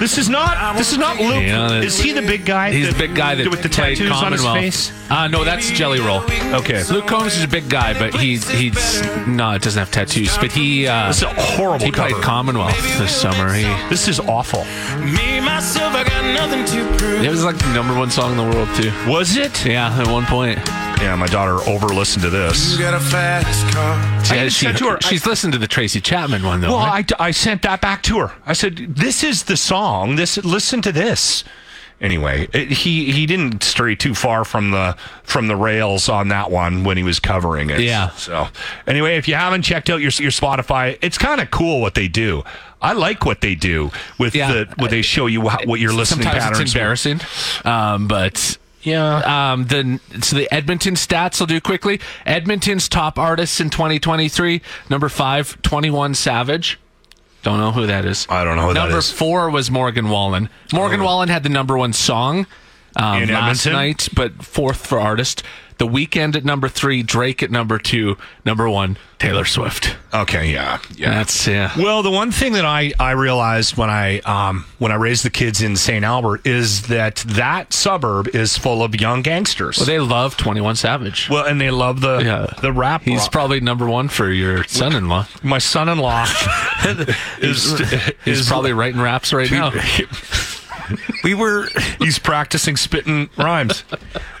S4: this is not. This is not Luke.
S5: Yeah, that's-
S4: is he the big guy?
S5: He's
S4: that-
S5: the big guy that
S4: with the
S5: played
S4: tattoos on his
S5: Commonwealth.
S4: face.
S5: Uh, no, that's Jelly Roll.
S4: Okay,
S5: Luke Combs is a big guy, but he's he's no, it doesn't have tattoos. But he uh,
S4: this is a horrible
S5: he played
S4: cover.
S5: Commonwealth this summer. He
S4: this is awful.
S5: it was like the number one song in the world too.
S4: Was it?
S5: Yeah, at one point.
S4: Yeah, my daughter over listened to this.
S5: Yeah,
S4: just
S5: she-
S4: said to her, I-
S5: she's listened to the Tracy Chapman one though.
S4: Well,
S5: right?
S4: I, I sent that back to her. I said, "This is the song. This listen to this." Anyway, it, he he didn't stray too far from the from the rails on that one when he was covering it.
S5: Yeah.
S4: So anyway, if you haven't checked out your your Spotify, it's kind of cool what they do. I like what they do with
S5: Yeah.
S4: the where they show you what, what your listening
S5: sometimes
S4: patterns.
S5: it's embarrassing, um, but. Yeah. Um, the so the Edmonton stats I'll do quickly. Edmonton's top artists in 2023. Number five, 21 Savage. Don't know who that is.
S4: I don't know who that
S5: number
S4: is. Oh.
S5: four was Morgan Wallen. Morgan Wallen had the number one song um,
S4: In
S5: last
S4: Edmonton?
S5: night, but fourth for artist. The weekend at number three, Drake at number two, number one, Taylor Swift.
S4: Okay. Yeah. Yeah.
S5: That's yeah.
S4: Well, the one thing that I, I realized when I um, when I raised the kids in St. Albert is that that suburb is full of young gangsters. Well,
S5: They love 21 Savage.
S4: and they love the
S5: Yeah.
S4: the rap.
S5: He's
S4: rock.
S5: probably number one for your son-in-law.
S4: my son-in-law is
S5: He's
S4: is
S5: probably writing raps right now.
S6: we were
S4: he's practicing spitting rhymes.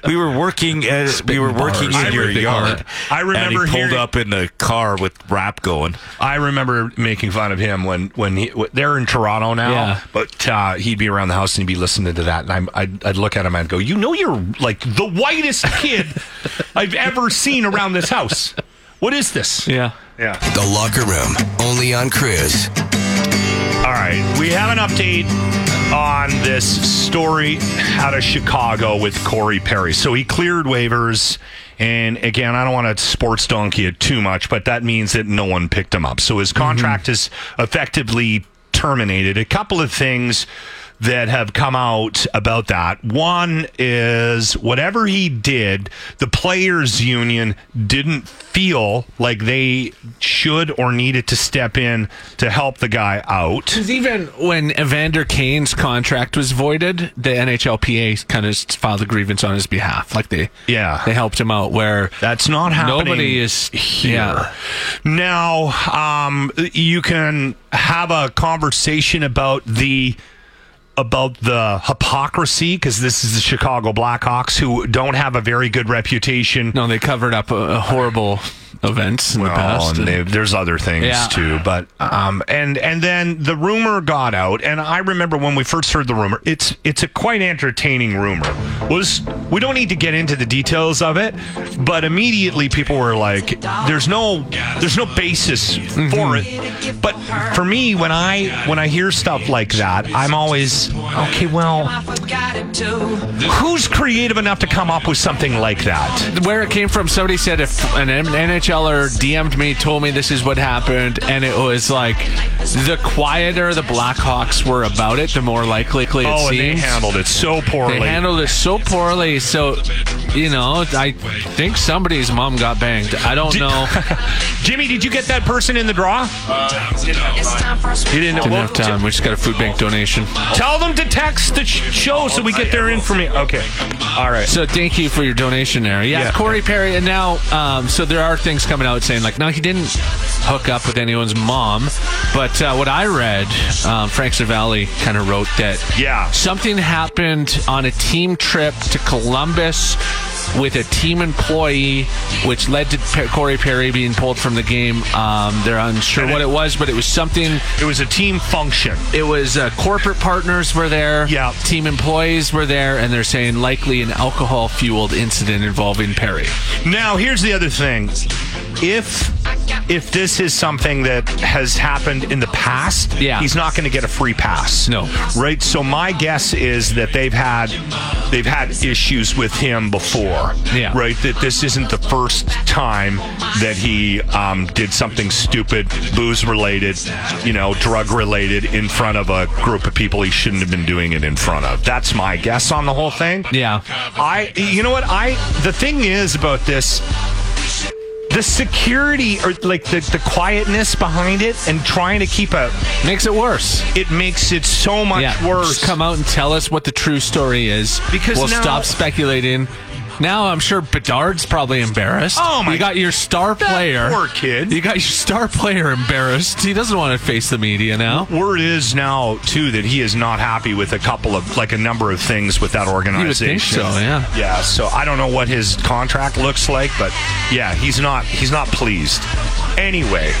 S6: we were working at we were working
S5: bars.
S6: in your
S5: I re-
S6: yard.
S4: I
S6: and he
S4: remember
S6: pulled
S4: hearing-
S6: up in the car with rap going.
S4: I remember making fun of him when when he w- they're in Toronto now,
S5: Yeah.
S4: but uh, he'd be around the house and he'd be listening to that, and I'm, I'd, I'd look at him and I'd go, "You know, you're like the whitest kid I've ever seen around this house. What is this?"
S5: Yeah.
S1: The Locker Room, only on Cruise.
S4: All right, we have an update on this story out of Chicago with Corey Perry. So he cleared waivers, and again, I don't want to sports donkey it too much, but that means that no one picked him up. So his contract is effectively terminated. A couple of things that have come out about that. One is whatever he did, the players union didn't feel like they should or needed to step in to help the guy out.
S5: Because even when Evander Kane's contract was voided, the NHLPA kind of filed a grievance on his behalf. Like they,
S4: Yeah.
S5: they helped him out. Where
S4: That's not happening.
S5: Nobody is-
S4: here.
S5: yeah.
S4: Now, um, you can have a conversation about the about the hypocrisy because this is the Chicago Blackhawks who don't have a very good reputation.
S5: no, they covered up a, a horrible events in the
S4: Oh,
S5: past.
S4: and they, there's other things
S5: Yeah.
S4: too, but um, and and then the rumor got out, and I remember when we first heard the rumor. It's it's a quite entertaining rumor. Was we don't need to get into the details of it, but immediately people were like, "There's no there's no basis
S5: Mm-hmm.
S4: for it." But for me, when I when I hear stuff like that, I'm always okay. Well, who's creative enough to come up with something like that?
S5: where it came from, somebody said if an M- NHLer DM'd er me, told me this is what happened, and it was like the quieter the Blackhawks were about it, the more likely it
S4: Oh, and
S5: seemed.
S4: they handled it so poorly.
S5: They handled it so poorly. So, you know, I think somebody's mom got banged. I don't know.
S4: Jimmy, did you get that person in the draw? He didn't.
S5: Didn't
S4: well,
S5: have time. We just got a food bank donation.
S4: t- tell them to text the sh- show so we get their information. Okay. All right.
S5: So thank you for your donation there. Yeah,
S4: Yeah.
S5: Corey Perry. And now, um, so there are things coming out saying like, no, he didn't hook up with anyone's mom. But uh, what I read, um, Frank Zavalli kind of wrote that
S4: Yeah.
S5: something happened on a team trip to Columbus with a team employee, which led to Pe- Corey Perry being pulled from the game. Um, they're unsure what it was, but it was something.
S4: It was a team function.
S5: It was uh, corporate partners were there,
S4: Yeah.
S5: team employees were there, and they're saying likely an alcohol fueled incident involving Perry.
S4: Now, here's the other thing. If if this is something that has happened in the past,
S5: Yeah.
S4: he's not going to get a free pass.
S5: No.
S4: Right? So my guess is that they've had they've had issues with him before.
S5: Yeah.
S4: Right? That this isn't the first time that he um, did something stupid, booze related, you know, drug related in front of a group of people he shouldn't have been doing it in front of. That's my guess on the whole thing.
S5: Yeah,
S4: I, you know what? I, the thing is about this, the security or like the, the quietness behind it and trying to keep a,
S5: makes it worse.
S4: it makes it so much
S5: yeah,
S4: worse.
S5: Just come out and tell us what the true story is.
S4: Because
S5: we'll
S4: now-
S5: stop speculating. Now I'm sure Bedard's probably embarrassed.
S4: Oh, my-
S5: You got your star player.
S4: poor kid.
S5: You got your star player embarrassed. He doesn't want to face the media now.
S4: Word is now too that he is not happy with a couple of like a number of things with that
S5: You would
S4: organization.
S5: think so, yeah.
S4: Yeah, so I don't know what his contract looks like, but yeah, he's not he's not pleased. Anyway,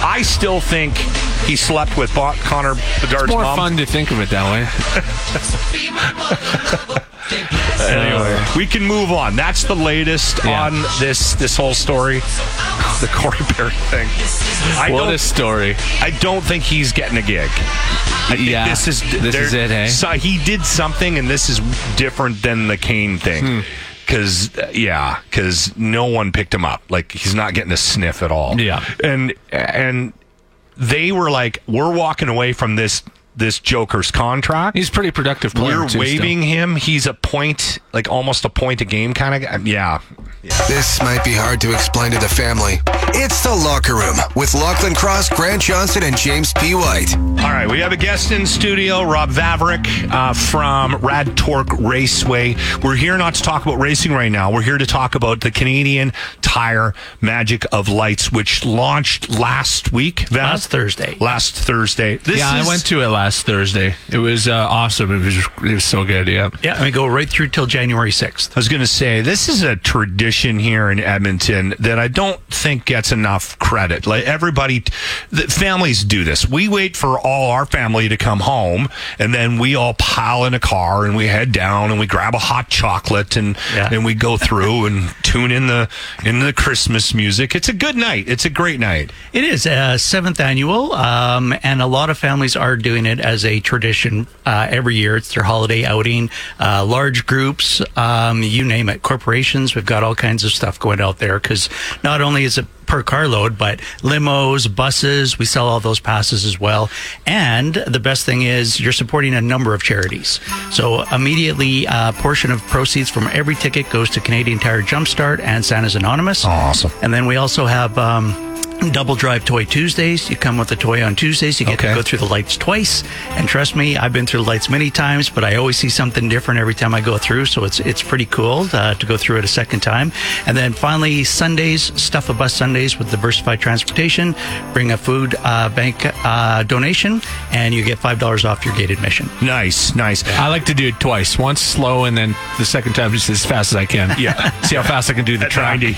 S4: I still think he slept with Bon- Connor Bedard's
S5: More
S4: mom.
S5: fun to think of it that way.
S4: Anyway, we can move on. That's the latest
S5: Yeah.
S4: on this this whole story, the Corey Perry thing. I
S5: what
S4: don't,
S5: a story.
S4: I don't think he's getting a gig. I think
S5: Yeah,
S4: this is
S5: this is
S4: there-
S5: it, eh?
S4: So he did something, and this is different than the Kane
S5: Hmm.
S4: thing. Because yeah, because no one picked him up. Like he's not getting a sniff at all.
S5: Yeah.
S4: and and they were like, we're walking away from this this Joker's contract.
S5: He's a pretty productive player.
S4: We're
S5: too,
S4: waving him. He's a point, like almost a point a game kind of guy. Yeah.
S1: This might be hard to explain to the family. It's the locker room with Lachlan Cross, Grant Johnson, and James P. White.
S4: All right, we have a guest in studio, Rob Vavrick uh, from Rad Torque Raceway. We're here not to talk about racing right now. We're here to talk about the Canadian Tire Magic of Lights, which launched last week. Vav?
S9: Last Thursday.
S4: Last Thursday. This
S5: yeah,
S4: is-
S5: I went to it last Thursday. It was uh, awesome. It was it was so good. Yeah.
S9: Yeah, and we go right through till January 6th.
S4: I was going to say this is a tradition here in Edmonton that I don't think gets enough credit. Like everybody, the families do this. We wait for all our family to come home, and then we all pile in a car and we head down and we grab a hot chocolate and
S9: Yeah.
S4: and we go through and tune in the in the Christmas music. It's a good night. It's a great night.
S9: It is uh, seventh annual, um, and a lot of families are doing it as a tradition uh, every year. It's their holiday outing, uh, large groups, um, you name it, corporations. We've got all kinds of stuff going out there because not only is it per carload, but limos, buses. We sell all those passes as well. And the best thing is you're supporting a number of charities. So immediately, a portion of proceeds from every ticket goes to Canadian Tire Jumpstart and Santa's Anonymous. Awesome. And then we also have. Um, Double Drive Toy Tuesdays. You come with a toy on Tuesdays. You get
S5: Okay.
S9: to go through the lights twice. And trust me, I've been through the lights many times, but I always see something different every time I go through. So it's it's pretty cool uh, to go through it a second time. And then finally, Sundays, Stuff a Bus Sundays with Diversified Transportation. Bring a food uh, bank uh, donation, and you get $5 off your gate admission.
S4: Nice, nice.
S5: I like to do it twice. Once slow, and then the second time just as fast as I can.
S4: Yeah.
S5: See how fast I can do the track.
S4: Ninety.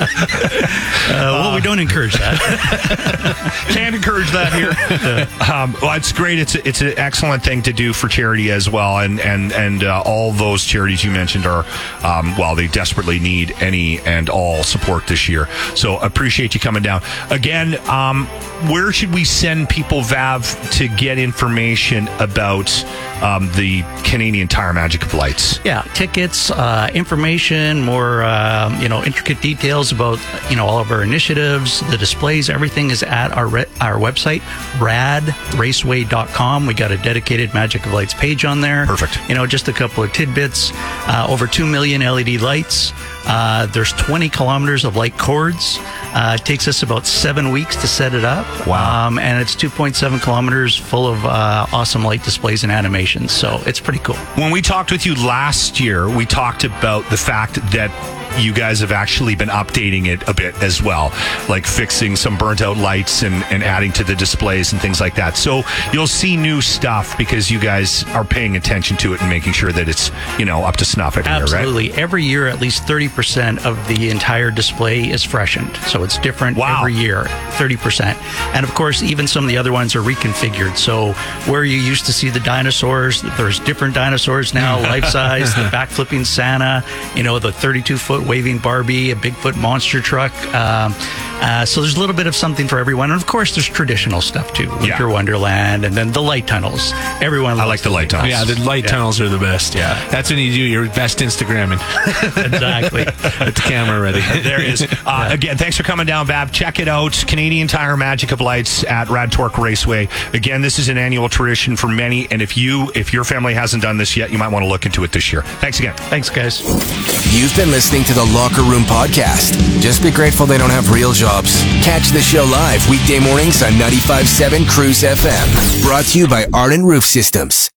S9: Uh, well, we don't encourage that.
S4: can't encourage that here. um, well, it's great. It's it's an excellent thing to do for charity as well, and and and uh, all those charities you mentioned are um, well, they desperately need any and all support this year. So appreciate you coming down again. Um, where should we send people, Vav, to get information about um, the Canadian Tire Magic of Lights?
S9: yeah, tickets, uh, information, more um, you know intricate details about you know all of our initiatives, the displays, everything is at our re- our website bradraceway.com. We got a dedicated Magic of Lights page on there.
S4: Perfect.
S9: You know, just a couple of tidbits. Uh, over two million LED lights. Uh, there's 20 kilometers of light cords. Uh, it takes us about seven weeks to set it up. Wow. Um, and it's 2.7 kilometers full of uh, awesome light displays and animations. So it's pretty cool.
S4: When we talked with you last year, we talked about the fact that you guys have actually been updating it a bit as well, like fixing some burnt out lights and, and adding to the displays and things like that. So you'll see new stuff because you guys are paying attention to it and making sure that it's, you know, up to snuff every year, right?
S9: Absolutely. Every year, at least 30% of the entire display is freshened. So it's different
S4: Wow.
S9: every year, 30%. And of course, even some of the other ones are reconfigured. So where you used to see the dinosaurs, there's different dinosaurs now, life size, the back flipping Santa, you know, the 32 foot waving Barbie, a Bigfoot monster truck. Um, uh, so there's a little bit of something for everyone. And of course, there's traditional stuff too,
S4: Yeah.
S9: Winter Wonderland, and then the light tunnels. Everyone
S4: I like the light tunnels.
S5: Yeah, the light tunnels are the best. Yeah, that's when you do your best Instagramming.
S9: Exactly.
S5: It's camera ready.
S4: there is. Uh, again, thanks for coming down, Vab. Check it out. Canadian Tire Magic of Lights at Rad Torque Raceway. Again, this is an annual tradition for many, and if you if your family hasn't done this yet, you might want to look into it this year. Thanks again.
S9: Thanks, guys.
S1: You've been listening to the Locker Room Podcast. Just be grateful they don't have real jobs. Catch the show live weekday mornings on 95.7 Cruise FM. Brought to you by Arden Roof Systems.